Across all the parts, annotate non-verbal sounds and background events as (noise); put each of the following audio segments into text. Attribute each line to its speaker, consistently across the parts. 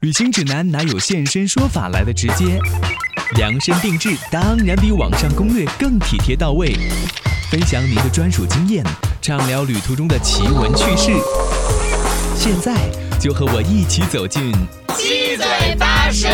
Speaker 1: 旅行指南哪有现身说法来的直接？量身定制当然比网上攻略更体贴到位，分享你的专属经验，畅聊旅途中的奇闻趣事。现在就和我一起走进
Speaker 2: 七嘴八舌。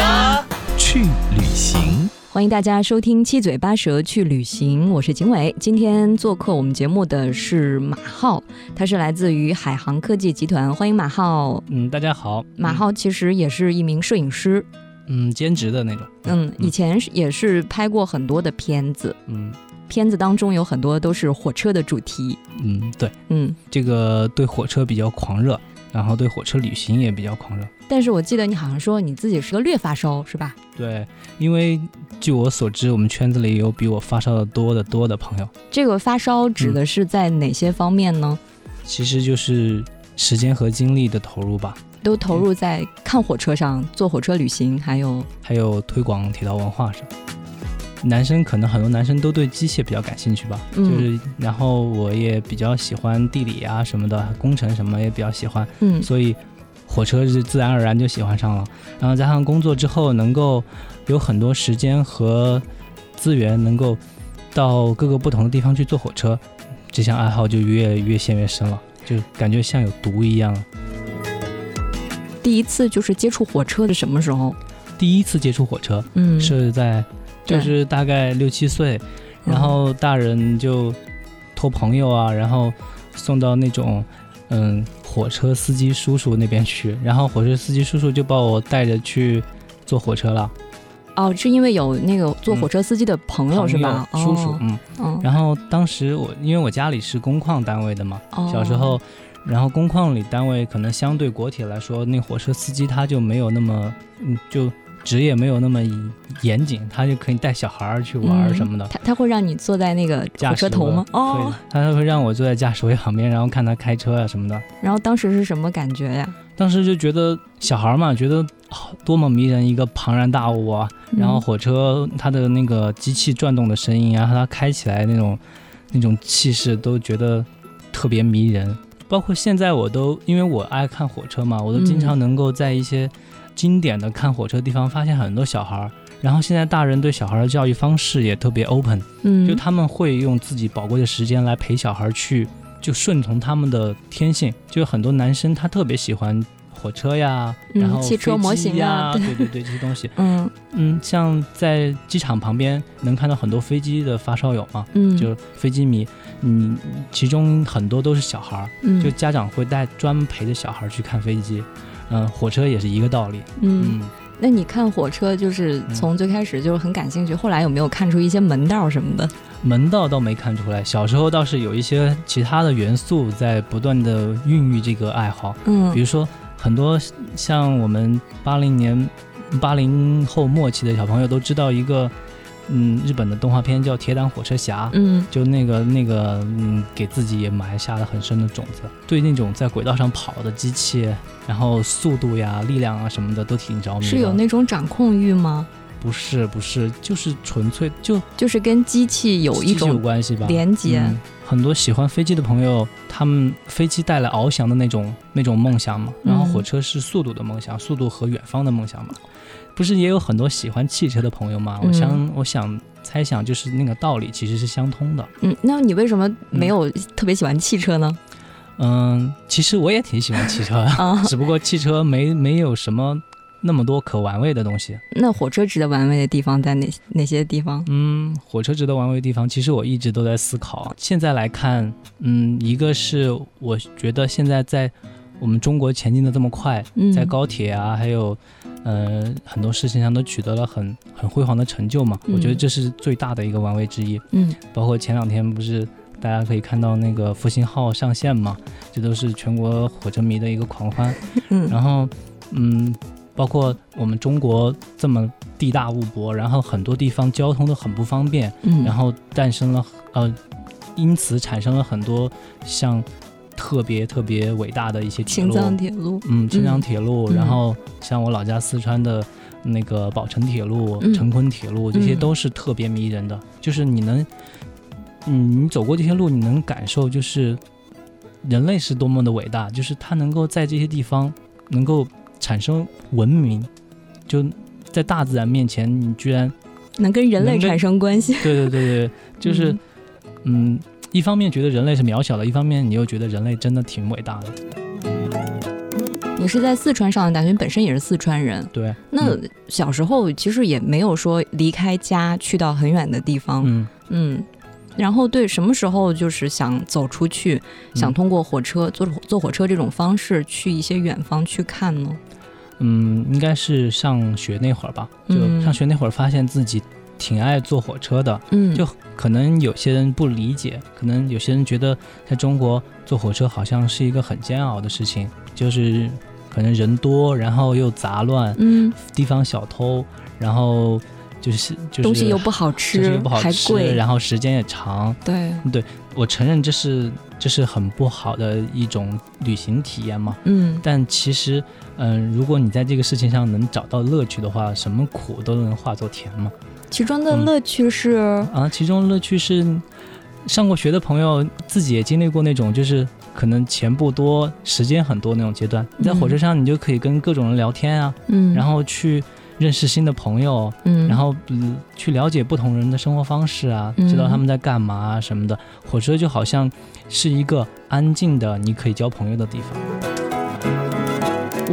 Speaker 1: 去旅行。
Speaker 3: 欢迎大家收听《七嘴八舌去旅行》，我是景伟。今天做客我们节目的是马浩，他是来自于海航科技集团，欢迎马浩。
Speaker 4: 嗯，大家好，
Speaker 3: 马浩其实也是一名摄影师，
Speaker 4: 嗯，嗯，兼职的那种，
Speaker 3: 嗯，以前是也是拍过很多的片子，
Speaker 4: 嗯
Speaker 3: 片子当中有很多都是火车的主题，
Speaker 4: 嗯，对，
Speaker 3: 嗯，
Speaker 4: 这个对火车比较狂热，然后对火车旅行也比较狂热。
Speaker 3: 但是我记得你好像说你自己是个略发烧，是吧？
Speaker 4: 对，因为据我所知，我们圈子里有比我发烧的多的多的朋友，
Speaker 3: 这个发烧
Speaker 4: 嗯
Speaker 3: 指的是在哪些方面呢？
Speaker 4: 其实就是时间和精力的投入吧，
Speaker 3: 都投入在看火车上、坐火车旅行，还有
Speaker 4: 还有推广铁道文化上。男生可能很多男生都对机械比较感兴趣吧，
Speaker 3: 嗯
Speaker 4: 就是然后我也比较喜欢地理啊什么的，工程什么也比较喜欢，
Speaker 3: 嗯
Speaker 4: 所以火车是自然而然就喜欢上了。然后加上工作之后，能够有很多时间和资源，能够到各个不同的地方去坐火车，这项爱好就越越陷越深了，就感觉像有毒一样。
Speaker 3: 第一次就是接触火车是什么时候？
Speaker 4: 第一次接触火车
Speaker 3: 嗯，
Speaker 4: 是在
Speaker 3: 对
Speaker 4: 就是大概六七岁，
Speaker 3: 嗯
Speaker 4: 然后大人就托朋友啊，然后送到那种嗯火车司机叔叔那边去，然后火车司机叔叔就把我带着去坐火车了，
Speaker 3: 哦，是因为有那个坐火车司机的朋友、是
Speaker 4: 嗯
Speaker 3: 吧？
Speaker 4: 朋友叔叔
Speaker 3: 哦，
Speaker 4: 嗯。
Speaker 3: 嗯，
Speaker 4: 然后当时我因为我家里是工矿单位的嘛，
Speaker 3: 哦
Speaker 4: 小时候，然后工矿里单位可能相对国铁来说，那火车司机他就没有那么，嗯，就职业没有那么严谨，他就可以带小孩儿去玩儿什么的。
Speaker 3: 嗯他他会让你坐在那个
Speaker 4: 驾
Speaker 3: 火
Speaker 4: 驶
Speaker 3: 车头吗？
Speaker 4: 位对
Speaker 3: 哦，，
Speaker 4: 他会让我坐在驾驶位旁边，然后看他开车啊什么的。
Speaker 3: 然后当时是什么感觉呀？
Speaker 4: 当时就觉得小孩儿嘛，觉得、啊多么迷人一个庞然大物啊！然后
Speaker 3: 嗯
Speaker 4: 火车它的那个机器转动的声音啊，它开起来那种那种气势，都觉得特别迷人。包括现在我都因为我爱看火车嘛，我都经常能够在一些经典的看火车地方发现很多小孩儿。然后现在大人对小孩儿的教育方式也特别 open，
Speaker 3: 嗯，
Speaker 4: 就他们会用自己宝贵的时间来陪小孩去，就顺从他们的天性。就很多男生他特别喜欢火车呀，
Speaker 3: 嗯
Speaker 4: 然后
Speaker 3: 汽车
Speaker 4: 飞机
Speaker 3: 模型
Speaker 4: 呀，
Speaker 3: 啊
Speaker 4: 对对对，这些东西。
Speaker 3: 嗯
Speaker 4: 嗯，像在机场旁边能看到很多飞机的发烧友嘛，
Speaker 3: 嗯，
Speaker 4: 就是飞机迷，嗯，其中很多都是小孩儿，
Speaker 3: 嗯
Speaker 4: 就家长会带专门陪着小孩儿去看飞机。嗯，火车也是一个道理。
Speaker 3: 嗯。
Speaker 4: 嗯，
Speaker 3: 那你看火车就是从最开始就是很感兴趣，后来有没有看出一些门道什么的？
Speaker 4: 门道倒没看出来，小时候倒是有一些其他的元素在不断的孕育这个爱好，比
Speaker 3: 嗯
Speaker 4: 如说很多像我们八零年、八零后末期的小朋友都知道一个，嗯，日本的动画片叫《铁胆火车侠》，
Speaker 3: 嗯
Speaker 4: 就那个那个，嗯，给自己也埋下了很深的种子，对那种在轨道上跑的机器，然后速度呀、力量啊什么的都挺着迷的。
Speaker 3: 是有那种掌控欲吗？
Speaker 4: 不是不是，就是纯粹就
Speaker 3: 就是跟机器有一
Speaker 4: 机器有
Speaker 3: 种
Speaker 4: 关系吧？
Speaker 3: 连接。
Speaker 4: 嗯很多喜欢飞机的朋友，他们飞机带来翱翔的那种那种梦想嘛，然后
Speaker 3: 嗯
Speaker 4: 火车是速度的梦想，速度和远方的梦想嘛。不是也有很多喜欢汽车的朋友嘛？我
Speaker 3: 嗯
Speaker 4: 想，我想猜想，就是那个道理其实是相通的。
Speaker 3: 嗯，那你为什么没有特别喜欢汽车呢？
Speaker 4: (laughs) 嗯，其实我也挺喜欢汽车的，
Speaker 3: 啊，
Speaker 4: (laughs) 只不过汽车没没有什么那么多可玩味的东西。
Speaker 3: 那火车值得玩味的地方在哪哪些地方？
Speaker 4: 嗯，火车值得玩味的地方，其实我一直都在思考。啊现在来看，嗯，一个是我觉得现在在我们中国前进的这么快，
Speaker 3: 嗯，
Speaker 4: 在高铁啊，还有呃很多事情上都取得了很很辉煌的成就嘛，我觉得
Speaker 3: 嗯
Speaker 4: 这是最大的一个玩味之一。
Speaker 3: 嗯
Speaker 4: 包括前两天不是大家可以看到那个复兴号上线嘛，这都是全国火车迷的一个狂欢。
Speaker 3: 嗯
Speaker 4: 然后，嗯，包括我们中国这么地大物博，然后很多地方交通都很不方便，
Speaker 3: 嗯，
Speaker 4: 然后诞生了呃，因此产生了很多像特别特别伟大的一些铁
Speaker 3: 青
Speaker 4: 路，
Speaker 3: 藏铁路，
Speaker 4: 嗯，青藏
Speaker 3: 嗯
Speaker 4: 铁路，
Speaker 3: 嗯
Speaker 4: 然后像我老家四川的那个宝成铁路、
Speaker 3: 嗯
Speaker 4: 成昆铁路，这些
Speaker 3: 嗯
Speaker 4: 都是特别迷人的。就是你能，嗯，你走过这些路，你能感受就是人类是多么的伟大，就是它能够在这些地方能够产生文明，就在大自然面前，你居然
Speaker 3: 能跟人类
Speaker 4: 能跟
Speaker 3: 产生关系，
Speaker 4: 对对对对，就是
Speaker 3: 嗯
Speaker 4: 嗯，一方面觉得人类是渺小的，一方面你又觉得人类真的挺伟大的。
Speaker 3: 你是在四川上的大学，你本身也是四川人。
Speaker 4: 对，
Speaker 3: 那
Speaker 4: 嗯
Speaker 3: 小时候其实也没有说离开家去到很远的地方，
Speaker 4: 嗯，
Speaker 3: 嗯。然后对，什么时候就是想走出去，想
Speaker 4: 嗯
Speaker 3: 通过火车坐坐火车这种方式去一些远方去看呢？
Speaker 4: 嗯，应该是上学那会儿吧，就
Speaker 3: 嗯
Speaker 4: 上学那会儿发现自己挺爱坐火车的。
Speaker 3: 嗯，
Speaker 4: 就可能有些人不理解，可能有些人觉得在中国坐火车好像是一个很煎熬的事情，就是可能人多，然后又杂乱，
Speaker 3: 嗯，
Speaker 4: 地方小偷，然后就是就是
Speaker 3: 东西又不好
Speaker 4: 东西
Speaker 3: 吃，
Speaker 4: 又不好
Speaker 3: 还
Speaker 4: 吃，
Speaker 3: 贵，
Speaker 4: 然后时间也长。
Speaker 3: 对，
Speaker 4: 我承认这是这是很不好的一种旅行体验嘛，
Speaker 3: 嗯，
Speaker 4: 但其实，嗯、如果你在这个事情上能找到乐趣的话，什么苦都能化作甜嘛。
Speaker 3: 其中的
Speaker 4: 嗯
Speaker 3: 乐趣是，
Speaker 4: 啊，其中乐趣是上过学的朋友自己也经历过那种，就是可能钱不多、时间很多那种阶段。你在火车
Speaker 3: 嗯
Speaker 4: 上，你就可以跟各种人聊天啊，
Speaker 3: 嗯，
Speaker 4: 然，后去认识新的朋友，
Speaker 3: 嗯，
Speaker 4: 然，后、嗯、去了解不同人的生活方式啊，知道他
Speaker 3: 嗯
Speaker 4: 们在干嘛啊什么的。火车就好像是一个安静的，你可以交朋友的地方。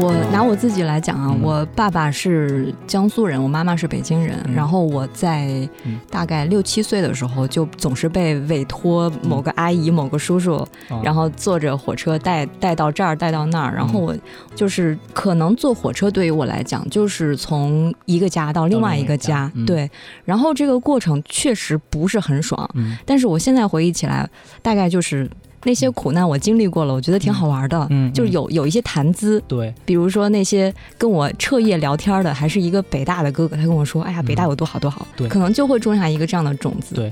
Speaker 3: 我拿我自己来讲啊，
Speaker 4: 嗯
Speaker 3: 我爸爸是江苏人，我妈妈是北京人，
Speaker 4: 嗯
Speaker 3: 然后我在
Speaker 4: 嗯
Speaker 3: 大概六七岁的时候，就总是被委托某个阿姨、某个叔叔，
Speaker 4: 啊
Speaker 3: 然后坐着火车带带到这儿，带到那儿，然后
Speaker 4: 嗯
Speaker 3: 我就是可能坐火车对于我来讲，就是从一个家到另外一个
Speaker 4: 到，
Speaker 3: 家
Speaker 4: 另外一个
Speaker 3: 对，然后这个过程确实不是很爽，
Speaker 4: 嗯
Speaker 3: 但是我现在回忆起来，大概就是那些苦难我经历过了，我觉得挺好玩的，
Speaker 4: 嗯，
Speaker 3: (laughs) 就是
Speaker 4: 嗯
Speaker 3: 有有一些谈资。
Speaker 4: 对，
Speaker 3: 比如说那些跟我彻夜聊天的，还是一个北大的哥哥，他跟我说：“哎呀，
Speaker 4: 嗯
Speaker 3: 北大有多好多好。
Speaker 4: 对
Speaker 3: 可能就会种下一个这样的种子。
Speaker 4: 对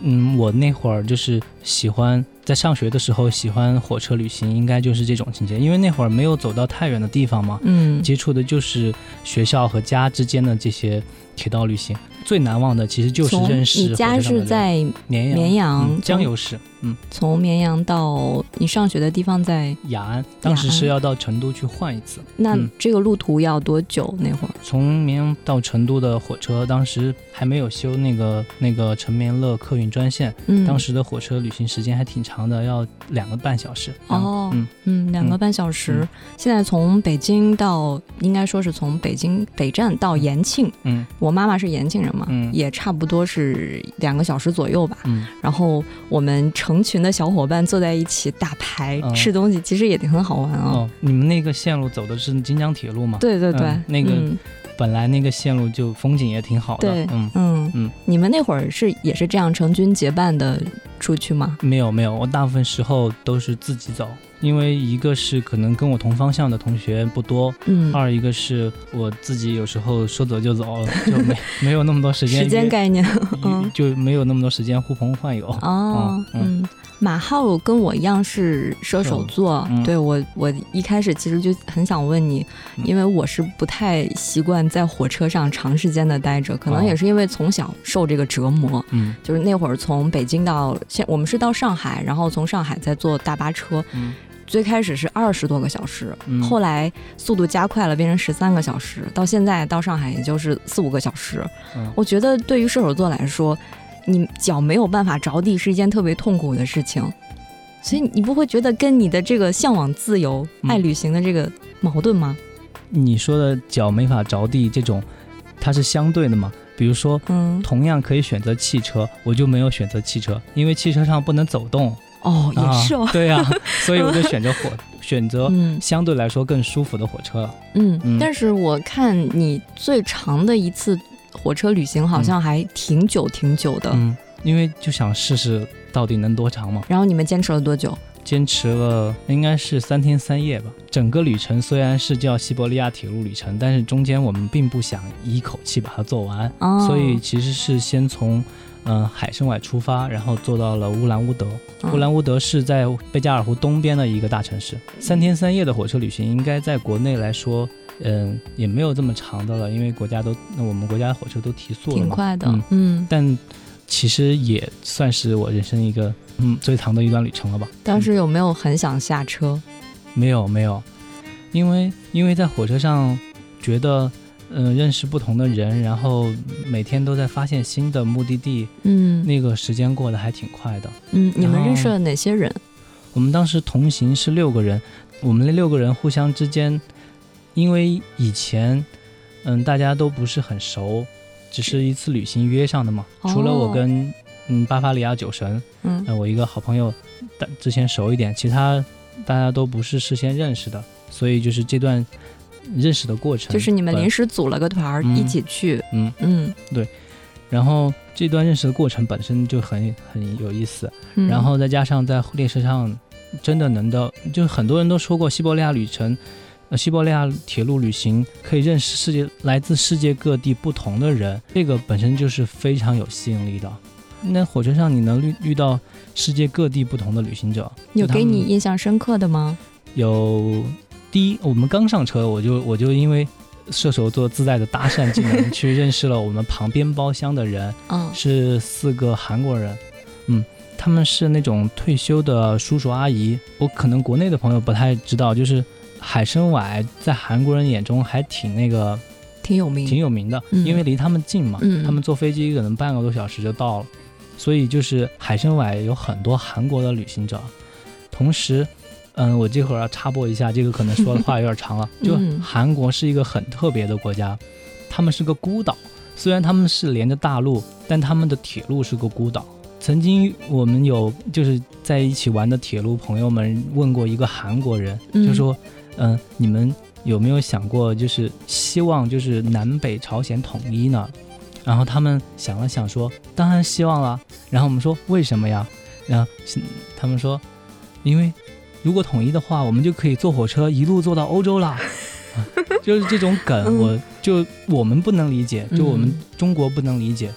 Speaker 4: 嗯，我那会儿就是喜欢在上学的时候喜欢火车旅行，应该就是这种情节，因为那会儿没有走到太远的地方嘛，
Speaker 3: 嗯
Speaker 4: 接触的就是学校和家之间的这些铁道旅行。最难忘的其实就是
Speaker 3: 从
Speaker 4: 认识
Speaker 3: 你
Speaker 4: 火车
Speaker 3: 家
Speaker 4: 上的
Speaker 3: 是
Speaker 4: 人
Speaker 3: 在
Speaker 4: 绵阳，
Speaker 3: 绵阳
Speaker 4: 嗯
Speaker 3: 从
Speaker 4: 江油市，嗯，
Speaker 3: 从绵阳到你上学的地方在，
Speaker 4: 雅安，当时
Speaker 3: 雅安
Speaker 4: 是要到成都去换一次。
Speaker 3: 那
Speaker 4: 嗯
Speaker 3: 这个路途要多久？那会儿
Speaker 4: 从绵阳到成都的火车，当时还没有修那个那个陈绵乐客运专线，
Speaker 3: 嗯，
Speaker 4: 当时的火车旅行时间还挺长的，要两个半小时。
Speaker 3: 哦
Speaker 4: 嗯，
Speaker 3: 嗯两个半小时。
Speaker 4: 嗯
Speaker 3: 现在从北京到，应该说是从北京北站到延庆，
Speaker 4: 嗯
Speaker 3: 我妈妈是延庆人嘛，
Speaker 4: 嗯
Speaker 3: 啊也差不多是两个小时左右吧。
Speaker 4: 嗯，
Speaker 3: 然后我们成群的小伙伴坐在一起打牌、
Speaker 4: 嗯
Speaker 3: 吃东西，其实也挺很好玩啊、
Speaker 4: 哦，你们那个线路走的是京江铁路嘛？，
Speaker 3: 对对对，
Speaker 4: 嗯那个
Speaker 3: 嗯
Speaker 4: 本来那个线路就风景也挺好的。
Speaker 3: 对
Speaker 4: 嗯，
Speaker 3: 嗯
Speaker 4: 嗯
Speaker 3: 你们那会儿是也是这样成群结伴的出去吗？
Speaker 4: 没有没有，我大部分时候都是自己走，因为一个是可能跟我同方向的同学不多，
Speaker 3: 嗯，
Speaker 4: 二一个是我自己有时候说走就走，就没没有那么多时间约，
Speaker 3: 时间概念嗯
Speaker 4: 就没有那么多时间呼朋唤友。
Speaker 3: 哦，
Speaker 4: 嗯
Speaker 3: 嗯，马浩跟我一样是射手座，
Speaker 4: 嗯
Speaker 3: 对我我一开始其实就很想问你，
Speaker 4: 嗯
Speaker 3: 因为我是不太习惯在火车上长时间的待着，可能
Speaker 4: 哦
Speaker 3: 也是因为从小受这个折磨，
Speaker 4: 嗯
Speaker 3: 就是那会儿从北京到现，我们是到上海，然后从上海再坐大巴车，
Speaker 4: 嗯
Speaker 3: 最开始是二十多个小时，
Speaker 4: 嗯
Speaker 3: 后来速度加快了，变成十三个小时，到现在到上海也就是四五个小时。
Speaker 4: 嗯
Speaker 3: 我觉得对于射手座来说，你脚没有办法着地是一件特别痛苦的事情，所以你不会觉得跟你的这个向往自由、
Speaker 4: 嗯
Speaker 3: 爱旅行的这个矛盾吗？
Speaker 4: 你说的脚没法着地这种，它是相对的嘛？比如说
Speaker 3: 嗯，
Speaker 4: 同样可以选择汽车，我就没有选择汽车，因为汽车上不能走动。
Speaker 3: 哦，也是哦
Speaker 4: 啊，， (laughs) 对呀、所以
Speaker 3: (laughs)
Speaker 4: 我就选择火，选择
Speaker 3: 嗯
Speaker 4: 相对来说更舒服的火车了。
Speaker 3: 嗯，
Speaker 4: 嗯
Speaker 3: 但是我看你最长的一次火车旅行好像还挺久挺久的，
Speaker 4: 嗯，因为就想试试到底能多长嘛，
Speaker 3: 然后你们坚持了多久？
Speaker 4: 坚持了应该是三天三夜吧。整个旅程虽然是叫西伯利亚铁路旅程，但是中间我们并不想一口气把它做完，
Speaker 3: 哦，
Speaker 4: 所以其实是先从。嗯，海参崴出发，然后坐到了乌兰乌德。
Speaker 3: 嗯
Speaker 4: 乌兰乌德是在贝加尔湖东边的一个大城市。三天三夜的火车旅行，应该在国内来说，嗯，也没有这么长的了，因为国家都，那我们国家的火车都提速了嘛。
Speaker 3: 挺快的
Speaker 4: 嗯，
Speaker 3: 嗯，
Speaker 4: 但其实也算是我人生一个嗯最长的一段旅程了吧。
Speaker 3: 当时有没有很想下车？
Speaker 4: 没有没有，因为因为在火车上觉得，嗯、认识不同的人，然后每天都在发现新的目的地，
Speaker 3: 嗯
Speaker 4: 那个时间过得还挺快的。
Speaker 3: 嗯，你们
Speaker 4: 然后
Speaker 3: 认识了哪些人？
Speaker 4: 我们当时同行是六个人，我们那六个人互相之间，因为以前，嗯，大家都不是很熟，只是一次旅行约上的嘛。
Speaker 3: 哦
Speaker 4: 除了我跟嗯巴伐利亚酒神，
Speaker 3: 嗯
Speaker 4: 呃，我一个好朋友，但之前熟一点，其他大家都不是事先认识的，所以就是这段认识的过程，
Speaker 3: 就是你们
Speaker 4: 本
Speaker 3: 临时组了个团儿
Speaker 4: 嗯
Speaker 3: 一起去，
Speaker 4: 嗯
Speaker 3: 嗯
Speaker 4: 然后这段认识的过程本身就很很有意思，
Speaker 3: 嗯，
Speaker 4: 然后再加上在列车上，真的能到，就是很多人都说过西伯利亚旅程，呃，西伯利亚铁路旅行可以认识世界来自世界各地不同的人，这个本身就是非常有吸引力的。那火车上你能遇遇到世界各地不同的旅行者，
Speaker 3: 有
Speaker 4: 就他
Speaker 3: 给
Speaker 4: 们
Speaker 3: 你印象深刻的吗？
Speaker 4: 有第一，我们刚上车，我就我就因为射手座自带的搭讪技能，去认识了我们旁边包厢的人，
Speaker 3: 嗯
Speaker 4: 是四个韩国人，嗯，他们是那种退休的叔叔阿姨，我可能国内的朋友不太知道，就是海参崴在韩国人眼中还挺那个
Speaker 3: 挺有名，
Speaker 4: 挺有名的，
Speaker 3: 嗯
Speaker 4: 因为离他们近嘛，
Speaker 3: 嗯
Speaker 4: 他们坐飞机可能半个多小时就到了，所以就是海参崴有很多韩国的旅行者，同时。嗯，我这会儿要插播一下，这个可能说的话有点长了。就
Speaker 3: 嗯
Speaker 4: 韩国是一个很特别的国家，他们是个孤岛，虽然他们是连着大陆，但他们的铁路是个孤岛。曾经我们有就是在一起玩的铁路朋友们问过一个韩国人，
Speaker 3: 嗯
Speaker 4: 就说：“嗯、你们有没有想过，就是希望就是南北朝鲜统一呢？”然后他们想了想说：“当然希望啦。”然后我们说：“为什么呀？”然后是他们说：“因为如果统一的话，我们就可以坐火车一路坐到欧洲啦。啊就是这种梗，
Speaker 3: 嗯
Speaker 4: 我就我们不能理解，就我们
Speaker 3: 嗯
Speaker 4: 中国不能理解。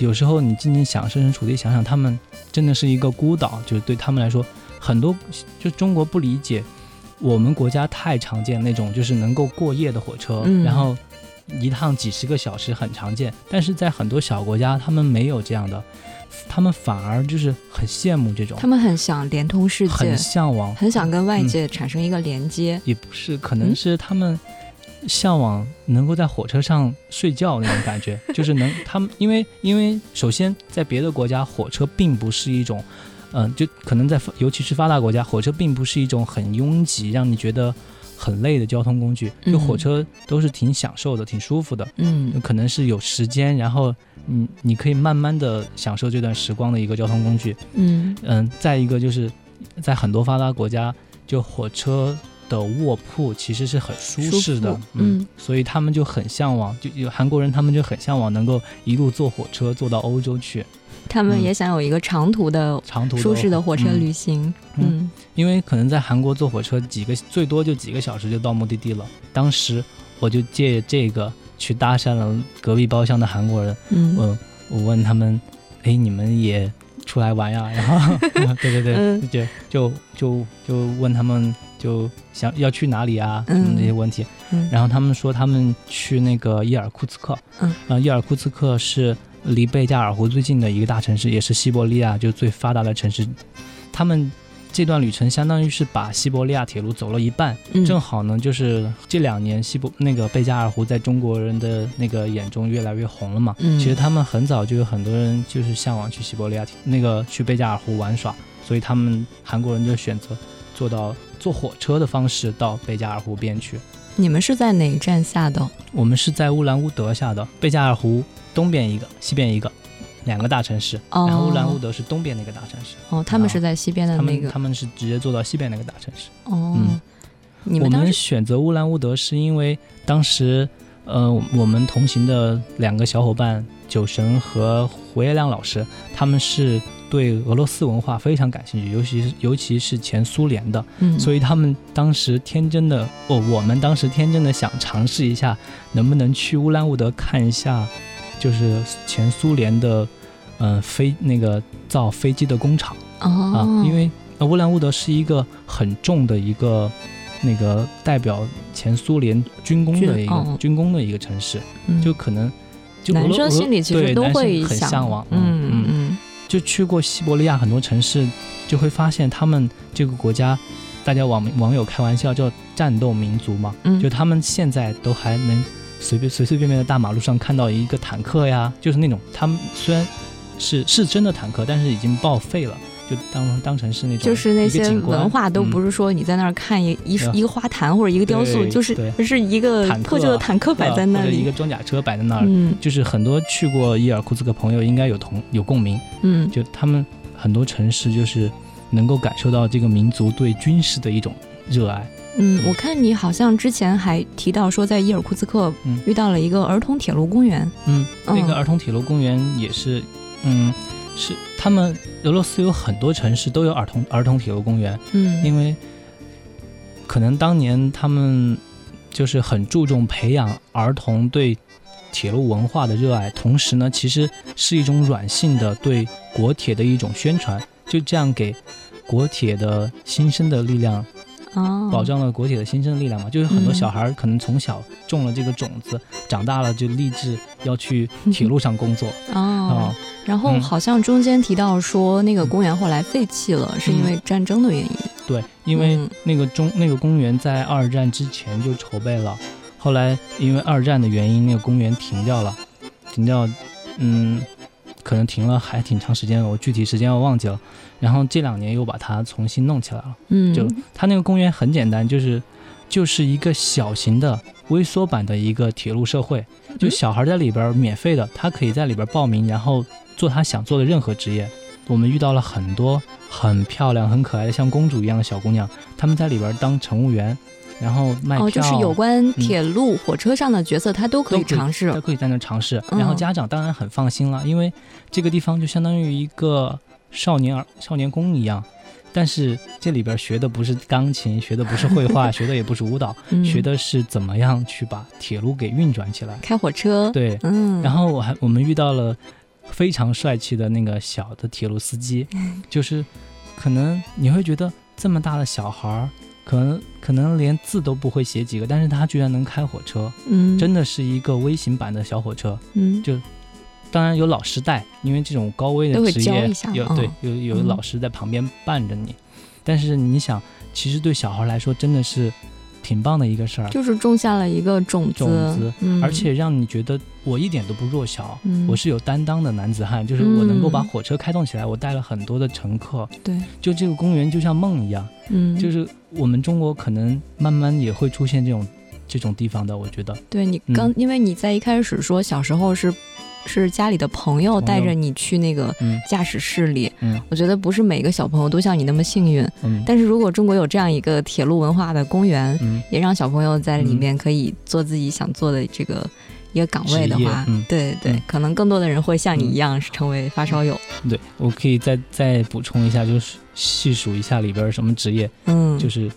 Speaker 4: 有时候你静静想，设身处地想想，他们真的是一个孤岛，就是对他们来说，很多就中国不理解，我们国家太常见那种就是能够过夜的火车，
Speaker 3: 嗯
Speaker 4: 然后一趟几十个小时很常见，但是在很多小国家他们没有这样的，他们反而就是很羡慕这种
Speaker 3: 他，们很想连通世界
Speaker 4: 很，嗯向往，
Speaker 3: 很想跟外界产生一个连接。
Speaker 4: 也不是，可
Speaker 3: 嗯
Speaker 4: 能是他们向往能够在火车上睡觉那种感觉， (laughs) 就是能他们因为因为首先在别的国家，火车并不是一种，嗯、就可能在发尤其是发达国家，火车并不是一种很拥挤，让你觉得很累的交通工具，就
Speaker 3: 嗯
Speaker 4: 火车都是挺享受的，挺舒服的。
Speaker 3: 嗯
Speaker 4: 可能是有时间，然后你你可以慢慢的享受这段时光的一个交通工具。
Speaker 3: 嗯
Speaker 4: 嗯，再一个就是，在很多发达国家，就火车的卧铺其实是很舒适的
Speaker 3: 舒服，嗯
Speaker 4: 所以他们就很向往，就有韩国人他们就很向往能够一路坐火车坐到欧洲去，
Speaker 3: 他们也想有一个长途的、
Speaker 4: 长嗯途
Speaker 3: 舒适的火车
Speaker 4: 嗯
Speaker 3: 旅行。嗯
Speaker 4: 嗯因为可能在韩国坐火车几个最多就几个小时就到目的地了。当时我就借这个去搭讪了隔壁包厢的韩国人，
Speaker 3: 嗯
Speaker 4: 我我问他们，哎，你们也出来玩呀？然后， (laughs) 对对对，
Speaker 3: 嗯
Speaker 4: 就觉得就就就问他们就想要去哪里啊，什
Speaker 3: 嗯
Speaker 4: 么这些问题。
Speaker 3: 嗯
Speaker 4: 然后他们说他们去那个伊尔库茨克，
Speaker 3: 嗯，
Speaker 4: 呃，伊尔库茨克是离贝加尔湖最近的一个大城市，也是西伯利亚就最发达的城市。他们这段旅程相当于是把西伯利亚铁路走了一半，
Speaker 3: 嗯
Speaker 4: 正好呢，就是这两年西伯那个贝加尔湖在中国人的那个眼中越来越红了嘛。
Speaker 3: 嗯
Speaker 4: 其实他们很早就有很多人就是向往去西伯利亚那个去贝加尔湖玩耍，所以他们韩国人就选择坐到坐火车的方式到贝加尔湖边去。
Speaker 3: 你们是在哪一站下的？
Speaker 4: 我们是在乌兰乌德下的，贝加尔湖东边一个，西边一个，两个大城市。
Speaker 3: 哦
Speaker 4: 然后乌兰乌德是东边那个大城市，
Speaker 3: 哦，他们是在西边的
Speaker 4: 他
Speaker 3: 那
Speaker 4: 们
Speaker 3: 个
Speaker 4: 他们是直接坐到西边那个大城市。
Speaker 3: 哦
Speaker 4: 嗯。
Speaker 3: 你
Speaker 4: 我
Speaker 3: 们当
Speaker 4: 们
Speaker 3: 时
Speaker 4: 选择乌兰乌德是因为当时，呃，我们同行的两个小伙伴酒神和胡月亮老师，他们是对俄罗斯文化非常感兴趣，尤其是尤其是前苏联的，
Speaker 3: 嗯，
Speaker 4: 所以他们当时天真的，哦，我们当时天真的想尝试一下，能不能去乌兰乌德看一下，就是前苏联的，嗯、飞那个造飞机的工厂。啊
Speaker 3: 哦，，
Speaker 4: 因为呃乌兰乌德是一个很重的一个那个代表前苏联军工的
Speaker 3: 军
Speaker 4: 一个
Speaker 3: 哦
Speaker 4: 军,、工的一个城市，
Speaker 3: 嗯
Speaker 4: 就可能就俄
Speaker 3: 男
Speaker 4: 罗
Speaker 3: 生心里其
Speaker 4: 对
Speaker 3: 实都
Speaker 4: 男生
Speaker 3: 会
Speaker 4: 很
Speaker 3: 想
Speaker 4: 向往，
Speaker 3: 嗯
Speaker 4: 嗯
Speaker 3: 嗯
Speaker 4: 就去过西伯利亚很多城市，就会发现他们这个国家大家网网友开玩笑叫战斗民族嘛，
Speaker 3: 嗯
Speaker 4: 就他们现在都还能随便随随便便的大马路上看到一个坦克呀，就是那种他们虽然是是真的坦克，但是已经报废了，就当当成是那种
Speaker 3: 就是那
Speaker 4: 一个
Speaker 3: 些
Speaker 4: 景观
Speaker 3: 文化都
Speaker 4: 嗯
Speaker 3: 不是说你在那儿看一一
Speaker 4: 对啊
Speaker 3: 一个花坛或者一个雕塑，
Speaker 4: 对
Speaker 3: 就是
Speaker 4: 对
Speaker 3: 是一个
Speaker 4: 坦克啊
Speaker 3: 破旧的坦克摆在那
Speaker 4: 或者一
Speaker 3: 里
Speaker 4: 个。装甲车摆在那儿，
Speaker 3: 嗯
Speaker 4: 就是很多去过伊尔库茨克朋友应该有同有共鸣，
Speaker 3: 嗯，
Speaker 4: 就他们很多城市就是能够感受到这个民族对军事的一种热爱。
Speaker 3: 嗯，我看你好像之前还提到说，在伊尔库茨克
Speaker 4: 嗯
Speaker 3: 遇到了一个儿童铁路公园。
Speaker 4: 嗯，那
Speaker 3: 嗯
Speaker 4: 个儿童铁路公园也是，嗯，是他们俄罗斯有很多城市都有儿童儿童铁路公园，
Speaker 3: 嗯
Speaker 4: 因为可能当年他们就是很注重培养儿童对铁路文化的热爱，同时呢，其实是一种软性的对国铁的一种宣传，就这样给国铁的新生的力量
Speaker 3: 啊，
Speaker 4: 保障了国铁的新生力量嘛，就是很多
Speaker 3: 嗯
Speaker 4: 小孩儿可能从小种了这个种子，长大了就立志要去铁路上工作
Speaker 3: 嗯哦
Speaker 4: 啊。。
Speaker 3: 然后
Speaker 4: 嗯
Speaker 3: 好像中间提到说，那个公园后来废弃了，是
Speaker 4: 嗯
Speaker 3: 因为战争的原因。
Speaker 4: 对，因为
Speaker 3: 嗯
Speaker 4: 那个中那个公园在二战之前就筹备了，后来因为二战的原因，那个公园停掉了，停掉，嗯，可能停了还挺长时间了，我具体时间我忘记了。然后这两年又把它重新弄起来了。
Speaker 3: 嗯，
Speaker 4: 就它那个公园很简单，就是就是一个小型的微缩版的一个铁路社会，就
Speaker 3: 嗯
Speaker 4: 小孩在里边儿免费的，他可以在里边儿报名，然后做他想做的任何职业。我们遇到了很多很漂亮、很可爱的像公主一样的小姑娘，她们在里边儿当乘务员，然后卖票，嗯
Speaker 3: 哦，就是有关铁路、火车上的角色，他都可以
Speaker 4: 都可以
Speaker 3: 尝试
Speaker 4: 都。可以在那尝试。然后
Speaker 3: 嗯
Speaker 4: 家长当然很放心了，因为这个地方就相当于一个少年儿少年宫一样。但是这里边儿学的不是钢琴，学的不是绘
Speaker 3: (laughs)
Speaker 4: 画，学的也不是舞蹈，
Speaker 3: 嗯
Speaker 4: 学的是怎么样去把铁路给运转起来。
Speaker 3: 开火车。，
Speaker 4: 对，
Speaker 3: 嗯，
Speaker 4: 然后我还我们遇到了非常帅气的那个小的铁路司机，
Speaker 3: 嗯
Speaker 4: 就是可能你会觉得这么大的小孩儿，可能可能连字都不会写几个，但是他居然能开火车，
Speaker 3: 嗯，
Speaker 4: 真的是一个微型版的小火车。
Speaker 3: 嗯
Speaker 4: 就当然有老师带，因为这种高危
Speaker 3: 都
Speaker 4: 的
Speaker 3: 会
Speaker 4: 职
Speaker 3: 教
Speaker 4: 业
Speaker 3: 一下
Speaker 4: 有
Speaker 3: 嗯
Speaker 4: 对有有
Speaker 3: 嗯
Speaker 4: 老师在旁边伴着你，但是你想，其实对小孩来说真的是挺棒的一个事儿。
Speaker 3: 就是种下了一个种子，
Speaker 4: 种子
Speaker 3: 嗯，
Speaker 4: 而且让你觉得我一点都不弱小，
Speaker 3: 嗯
Speaker 4: 我是有担当的男子汉，就是我能够把火车开动起来，我带了很多的乘客，
Speaker 3: 对，
Speaker 4: 就这个公园就像梦一样，
Speaker 3: 嗯，
Speaker 4: 就是我们中国可能慢慢也会出现这种这种地方的，我觉得，
Speaker 3: 对你
Speaker 4: 嗯
Speaker 3: 刚，因为你在一开始说小时候是是家里的朋友
Speaker 4: 朋友
Speaker 3: 带着你去那个
Speaker 4: 嗯
Speaker 3: 驾驶室里，
Speaker 4: 嗯
Speaker 3: 我觉得不是每个小朋友都像你那么幸运，
Speaker 4: 嗯
Speaker 3: 但是如果中国有这样一个铁路文化的公园，
Speaker 4: 嗯，
Speaker 3: 也让小朋友在里面可以做自己想做的这个。一个岗位的
Speaker 4: 职业
Speaker 3: 话，
Speaker 4: 嗯
Speaker 3: 对对、
Speaker 4: 嗯
Speaker 3: 可能更多的人会像你一样是成为发烧友，
Speaker 4: 对，我可以再再补充一下，就是细数一下里边儿什么职业，
Speaker 3: 嗯，
Speaker 4: 就是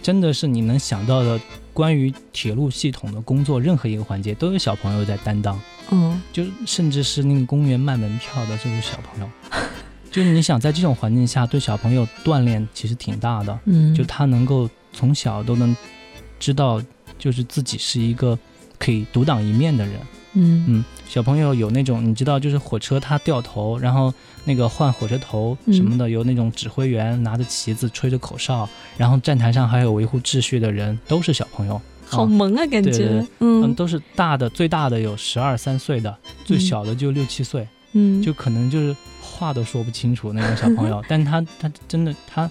Speaker 4: 真的是你能想到的关于铁路系统的工作任何一个环节都有小朋友在担当。
Speaker 3: 嗯，
Speaker 4: 就甚至是那个公园卖门票的，就是小朋友。 (laughs) 就你想在这种环境下对小朋友锻炼，其实挺大的。
Speaker 3: 嗯，
Speaker 4: 就他能够从小都能知道，就是自己是一个可以独当一面的人。
Speaker 3: 嗯
Speaker 4: 嗯，小朋友有那种你知道，就是火车它掉头，然后那个换火车头什么的，有那种指挥员拿着旗子吹着口哨，然后站台上还有维护秩序的人，都是小朋友。
Speaker 3: 好萌啊，
Speaker 4: 对
Speaker 3: 感
Speaker 4: 对
Speaker 3: 觉
Speaker 4: 对，嗯，
Speaker 3: 嗯
Speaker 4: 都是大的，最大的有十二三岁的，最
Speaker 3: 嗯
Speaker 4: 小的就六七岁。
Speaker 3: 嗯，
Speaker 4: 就可能就是话都说不清楚那种小朋
Speaker 3: (laughs)
Speaker 4: 友，但是他他真的他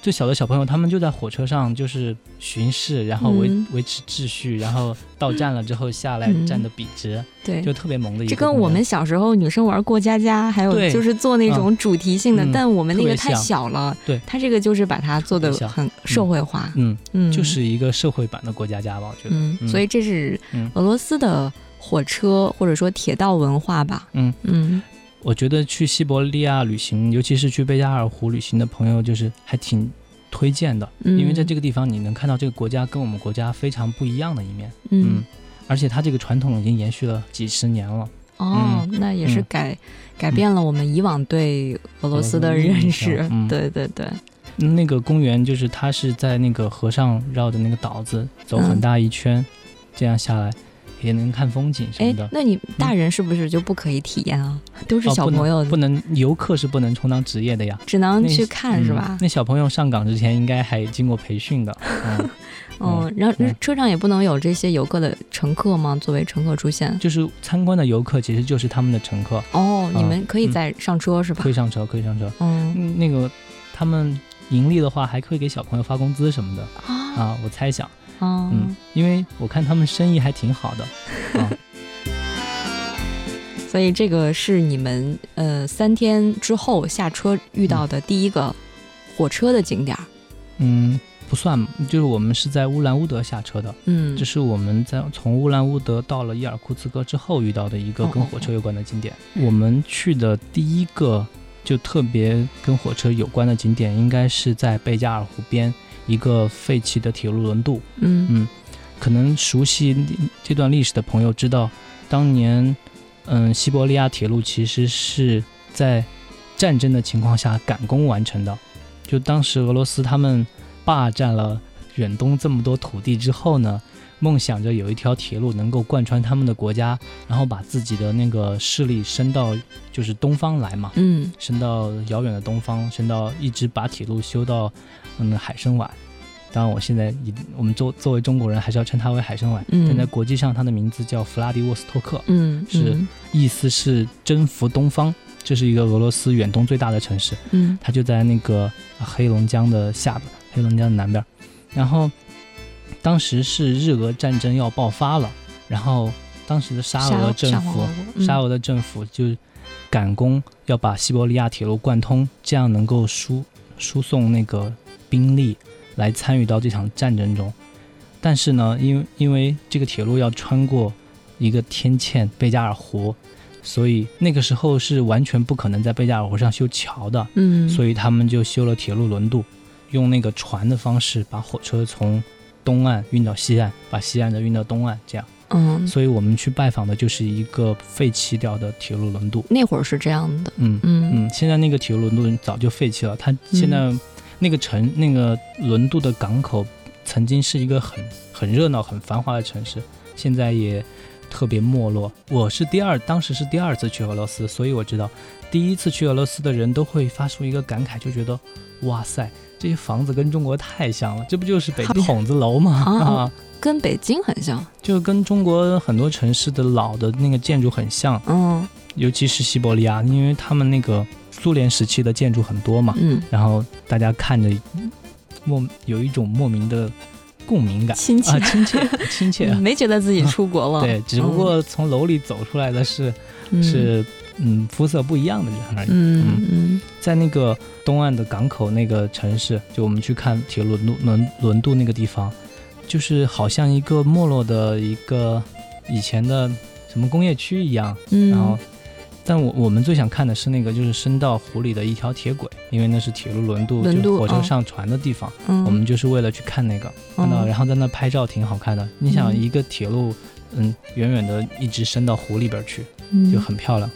Speaker 4: 最小的小朋友，他们就在火车上就是巡视，然后维、
Speaker 3: 嗯
Speaker 4: 维持秩序，然后到站了之后下来
Speaker 3: 嗯
Speaker 4: 站得笔直，
Speaker 3: 对，
Speaker 4: 就特别萌的一个
Speaker 3: 这
Speaker 4: 姑娘。
Speaker 3: 跟我们小时候女生玩过家家，还有
Speaker 4: 对
Speaker 3: 就是做那种主题性的，
Speaker 4: 嗯
Speaker 3: 但我们那个
Speaker 4: 特别
Speaker 3: 太
Speaker 4: 像
Speaker 3: 小了。
Speaker 4: 对
Speaker 3: 它这个就是把它做的
Speaker 4: 特别像
Speaker 3: 很社会化。
Speaker 4: 嗯，
Speaker 3: 嗯，
Speaker 4: 就是一个社会版的过家家吧，我觉得。
Speaker 3: 嗯，所以这是
Speaker 4: 嗯
Speaker 3: 俄罗斯的火车或者说铁道文化吧。
Speaker 4: 嗯
Speaker 3: 嗯
Speaker 4: 我觉得去西伯利亚旅行，尤其是去贝加尔湖旅行的朋友，就是还挺推荐的，
Speaker 3: 嗯，
Speaker 4: 因为在这个地方你能看到这个国家跟我们国家非常不一样的一面。
Speaker 3: 嗯
Speaker 4: 而且它这个传统已经延续了几十年了。
Speaker 3: 哦，那也是
Speaker 4: 嗯
Speaker 3: 改改变了我们以往对俄罗斯的认识
Speaker 4: 俄罗斯的印象。嗯
Speaker 3: 对对对，
Speaker 4: 那个公园就是它是在那个河上绕着那个岛子走很大一圈，这样下来，也能看风景什么
Speaker 3: 哎
Speaker 4: 的，。
Speaker 3: 那你大人是不是就不可以体验啊？都是
Speaker 4: 哦
Speaker 3: 小朋友，
Speaker 4: 不能不能游客是不能充当职业的呀。
Speaker 3: 只能
Speaker 4: 那
Speaker 3: 去看
Speaker 4: 嗯
Speaker 3: 是吧？
Speaker 4: 那小朋友上岗之前应该还经过培训
Speaker 3: (laughs)
Speaker 4: 的。嗯，
Speaker 3: 嗯，然后
Speaker 4: 嗯
Speaker 3: 车上也不能有这些游客的乘客吗？作为乘客出现？
Speaker 4: 就是参观的游客其实就是他们的乘客，
Speaker 3: 哦，你
Speaker 4: 嗯
Speaker 3: 们可以
Speaker 4: 嗯
Speaker 3: 再上车是吧
Speaker 4: 可？以上车，可以上车。
Speaker 3: 嗯
Speaker 4: 嗯，那个他们盈利的话，还可以给小朋友发工资什么的
Speaker 3: 啊
Speaker 4: 啊，我猜想。
Speaker 3: 啊
Speaker 4: 嗯，因为我看他们生意还挺好的。
Speaker 3: 所以这个是你们呃三天之后下车遇到的第一个火车的景点儿。
Speaker 4: 嗯，不算，就是我们是在乌兰乌德下车的，
Speaker 3: 嗯
Speaker 4: 这，是我们在从乌兰乌德到了伊尔库茨克之后遇到的一个跟
Speaker 3: 哦哦嗯
Speaker 4: 火车有关的景点。我们去的第一个就特别跟火车有关的景点，应该是在贝加尔湖边一个废弃的铁路轮渡。
Speaker 3: 嗯
Speaker 4: 嗯可能熟悉这段历史的朋友知道，当年，嗯，西伯利亚铁路其实是在战争的情况下赶工完成的。就当时俄罗斯他们霸占了远东这么多土地之后呢，梦想着有一条铁路能够贯穿他们的国家，然后把自己的那个势力伸到就是东方来嘛，
Speaker 3: 嗯
Speaker 4: 伸到遥远的东方，伸到一直把铁路修到嗯海参崴。当然，我现在一我们作作为中国人，还是要称它为海参崴。
Speaker 3: 嗯
Speaker 4: 但在国际上，它的名字叫弗拉迪沃斯托克，
Speaker 3: 嗯，
Speaker 4: 是意思是征服东方。这是一个俄罗斯远东最大的城市，
Speaker 3: 嗯
Speaker 4: 它就在那个呃黑龙江的下边，黑龙江的南边。然后，当时是日俄战争要爆发了，然后当时的沙俄政府，
Speaker 3: 嗯
Speaker 4: 沙俄的政府就赶工要把西伯利亚铁路贯通，这样能够输输送那个兵力来参与到这场战争中。但是呢，因为因为这个铁路要穿过一个天堑贝加尔湖，所以那个时候是完全不可能在贝加尔湖上修桥的，
Speaker 3: 嗯，
Speaker 4: 所
Speaker 3: 以
Speaker 4: 以他们就修了铁路轮渡，用那个船的方式把火车从东岸运到西岸，把西岸的运到东岸，这样。
Speaker 3: 嗯，
Speaker 4: 所以我们去拜访的就是一个废弃掉的铁路轮渡。
Speaker 3: 那会儿是这样的，
Speaker 4: 嗯
Speaker 3: 嗯
Speaker 4: 嗯，现在那个铁路轮渡早就废弃了，它现在那个城、那个轮渡的港口曾经是一个很很热闹、很繁华的城市，现在也特别没落。我是第二，当时是第二次去俄罗斯，所以我知道，第一次去俄罗斯的人都会发出一个感慨，就觉得哇塞，这些房子跟中国太像了，这不就是北
Speaker 3: 好呀
Speaker 4: 筒子楼吗？
Speaker 3: 啊
Speaker 4: 啊
Speaker 3: 跟北京很像，
Speaker 4: 就跟中国很多城市的老的那个建筑很像，
Speaker 3: 嗯
Speaker 4: 尤其是西伯利亚，因为他们那个苏联时期的建筑很多嘛，
Speaker 3: 嗯，
Speaker 4: 然后大家看着莫有一种莫名的共鸣感
Speaker 3: 亲切 (laughs)
Speaker 4: 啊，亲切亲切啊
Speaker 3: 嗯，没觉得自己出国了，
Speaker 4: 对，只不过从楼里走出来的是、
Speaker 3: 嗯
Speaker 4: 是嗯肤色不一样的人而已。
Speaker 3: 嗯嗯
Speaker 4: 在那个东岸的港口那个城市，就我们去看铁路轮轮轮渡那个地方，就是好像一个没落的一个以前的什么工业区一样。
Speaker 3: 嗯，
Speaker 4: 然后，但我我们最想看的是那个就是伸到湖里的一条铁轨，因为那是铁路轮渡，
Speaker 3: 轮
Speaker 4: 就
Speaker 3: 渡
Speaker 4: 火车
Speaker 3: 嗯
Speaker 4: 上船的地方。
Speaker 3: 嗯
Speaker 4: 我们就是为了去看那个，看到
Speaker 3: 嗯
Speaker 4: 然后在那拍照挺好看的。你想
Speaker 3: 嗯
Speaker 4: 一个铁路，嗯，远远的一直伸到湖里边去，
Speaker 3: 嗯
Speaker 4: 就很漂亮。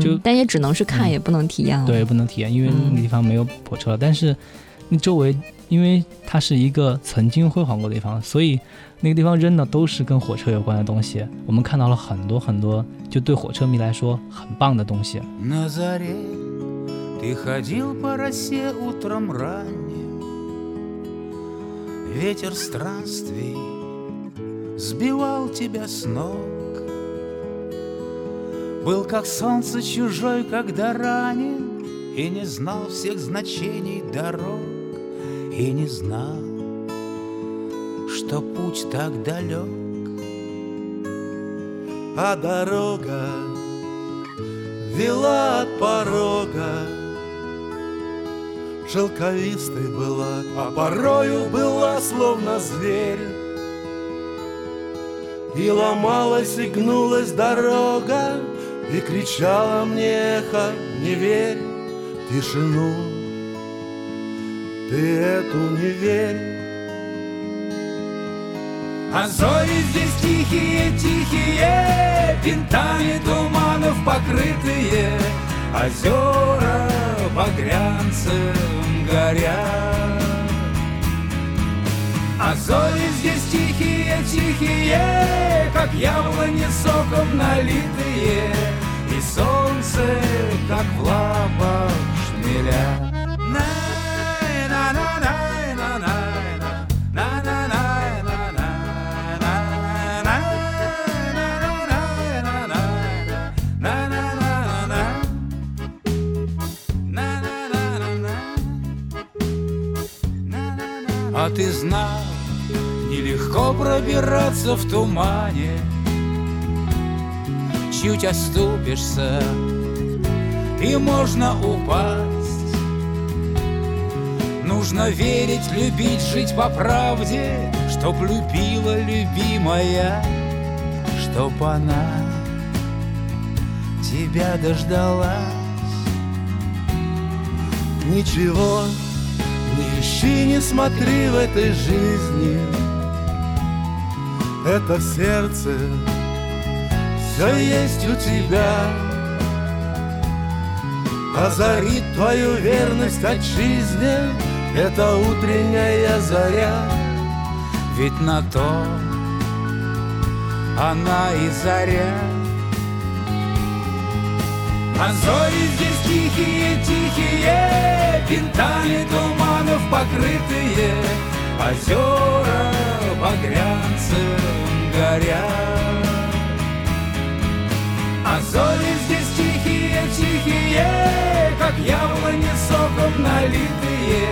Speaker 4: 就
Speaker 3: 嗯但也只能是看，
Speaker 4: 嗯
Speaker 3: 也不能体验啊了，
Speaker 4: 对，不能体验，因为那个地方没有火车。但是那周围，因为它是一个曾经辉煌过的地方，所以那个地方扔的都是跟火车有关的东西。我们看到了很多很多，就对火车迷来说很棒的东西。
Speaker 5: На заре ты ходил по росе утром ранним Ветер странствий сбивал тебя с ног Был как солнце чужой, когда ранен И не знал всех значений дорог И не знал, что путь так далек А дорога вела от порога. Шелковистой была, а порою была словно зверь. И ломалась и гнулась дорога, и кричала мне эхо, не верь в тишину. Ты эту не верь. А зори здесь тихие, тихие, Винтами туманов покрытые, Озера багрянцем горят. А зори здесь тихие, тихие, Как яблони соком налитые, И солнце, как в лапах шмеля. На-на-на-на-на-на-на, на-на-на-на-на-на-на-на-на-на-на-на-на-на-на-на-на-на-на-на-на. А ты знал, нелегко пробираться в тумане Чуть оступишься, и можно упасть Нужно верить, любить, жить по правде Чтоб любила любимая, чтоб она тебя дождалась Ничего не ищи, не смотри в этой жизни Это в сердце Все есть у тебя Озарит твою верность отчизне Это утренняя заря Ведь на то она и заря а зори здесь тихие, тихие, Пинтами туманов покрытые, Озера багрянцем горят. А зори здесь тихие, тихие, Как яблони соком налитые,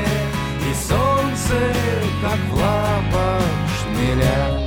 Speaker 5: И солнце, как в лапах шмеля.